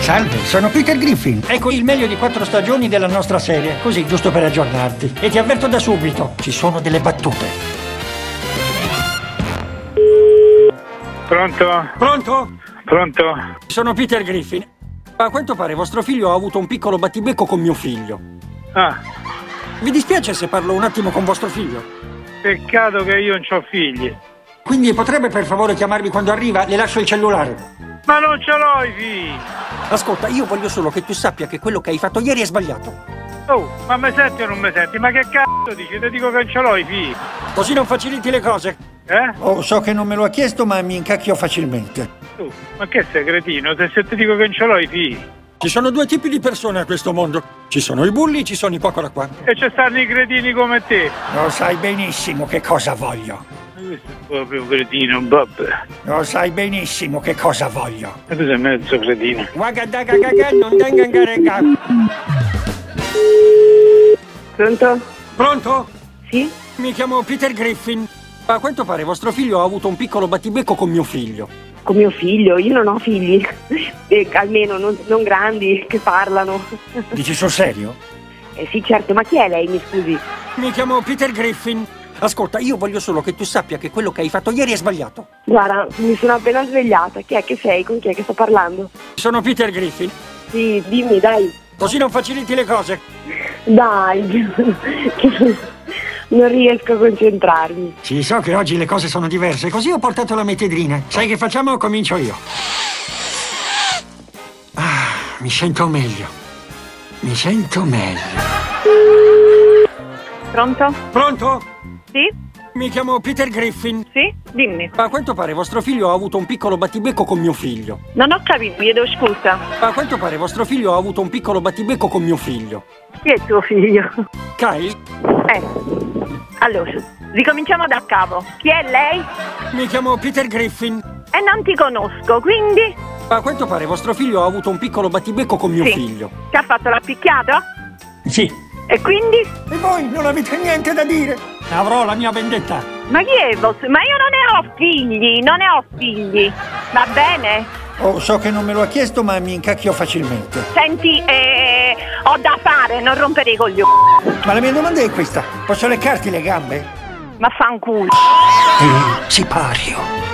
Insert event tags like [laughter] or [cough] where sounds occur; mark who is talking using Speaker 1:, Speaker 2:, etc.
Speaker 1: Salve, sono Peter Griffin. Ecco il meglio di quattro stagioni della nostra serie, così giusto per aggiornarti. E ti avverto da subito, ci sono delle battute.
Speaker 2: Pronto?
Speaker 1: Pronto?
Speaker 2: Pronto?
Speaker 1: Sono Peter Griffin. A quanto pare vostro figlio ha avuto un piccolo battibecco con mio figlio.
Speaker 2: Ah,
Speaker 1: Vi dispiace se parlo un attimo con vostro figlio?
Speaker 2: peccato che io non ho figli.
Speaker 1: Quindi potrebbe per favore chiamarmi quando arriva? Le lascio il cellulare.
Speaker 2: Ma non ce l'ho i figli!
Speaker 1: Ascolta, io voglio solo che tu sappia che quello che hai fatto ieri è sbagliato.
Speaker 2: Oh, ma mi senti o non mi senti? Ma che cazzo dici? Ti dico che non ce l'ho i figli.
Speaker 1: Così non faciliti le cose.
Speaker 2: Eh?
Speaker 1: Oh, so che non me lo ha chiesto, ma mi incacchio facilmente.
Speaker 2: Tu, ma che sei cretino? Se, se ti dico che non ce l'ho i figli.
Speaker 1: Ci sono due tipi di persone a questo mondo. Ci sono i bulli, ci sono i poco da qua.
Speaker 2: E ci stanno i cretini come te.
Speaker 1: Lo sai benissimo che cosa voglio.
Speaker 2: Ma Questo è proprio un cretino, vabbè.
Speaker 1: Lo sai benissimo che cosa voglio.
Speaker 2: Ma tu sei mezzo cretino.
Speaker 1: Wagadagagaga, non dangangarega.
Speaker 3: Pronto?
Speaker 1: Pronto?
Speaker 3: Sì?
Speaker 1: Mi chiamo Peter Griffin. A quanto pare vostro figlio ha avuto un piccolo battibecco con mio figlio.
Speaker 3: Con mio figlio, io non ho figli, [laughs] E almeno non, non grandi che parlano.
Speaker 1: Dici sul serio?
Speaker 3: Eh sì, certo, ma chi è lei, mi scusi?
Speaker 1: Mi chiamo Peter Griffin. Ascolta, io voglio solo che tu sappia che quello che hai fatto ieri è sbagliato.
Speaker 3: Guarda, mi sono appena svegliata, chi è che sei? Con chi è che sto parlando?
Speaker 1: Sono Peter Griffin.
Speaker 3: Sì, dimmi, dai,
Speaker 1: Così non faciliti le cose.
Speaker 3: dai, [laughs] che non riesco a concentrarmi.
Speaker 1: Sì, so che oggi le cose sono diverse, così ho portato la metedrina. Sai che facciamo? Comincio io. Ah, mi sento meglio. Mi sento meglio.
Speaker 4: Pronto?
Speaker 1: Pronto?
Speaker 4: Sì?
Speaker 1: Mi chiamo Peter Griffin.
Speaker 4: Sì? Dimmi.
Speaker 1: A quanto pare vostro figlio ha avuto un piccolo battibecco con mio figlio.
Speaker 4: Non ho capito, chiedo scusa.
Speaker 1: A quanto pare vostro figlio ha avuto un piccolo battibecco con mio figlio.
Speaker 4: Chi è tuo figlio?
Speaker 1: Kyle,
Speaker 4: Eh. Allora, ricominciamo da capo. Chi è lei?
Speaker 1: mi chiamo Peter Griffin.
Speaker 4: E non ti conosco, quindi?
Speaker 1: A quanto pare vostro figlio ha avuto un piccolo battibecco con mio
Speaker 4: Sì.
Speaker 1: figlio.
Speaker 4: Ti ha fatto l'appicchiato?
Speaker 1: Sì.
Speaker 4: E quindi?
Speaker 1: E voi non avete niente da dire? Avrò la mia vendetta.
Speaker 4: Ma chi è vostro? Ma io non ne ho figli, non ne ho figli. Va bene?
Speaker 1: Oh, so che non me lo ha chiesto, ma mi incacchio facilmente.
Speaker 4: Senti, eh, ho da fare, non rompere i coglioni.
Speaker 1: Ma la mia domanda è questa: posso leccarti le gambe?
Speaker 4: Ma fa un culo.
Speaker 1: Il sipario.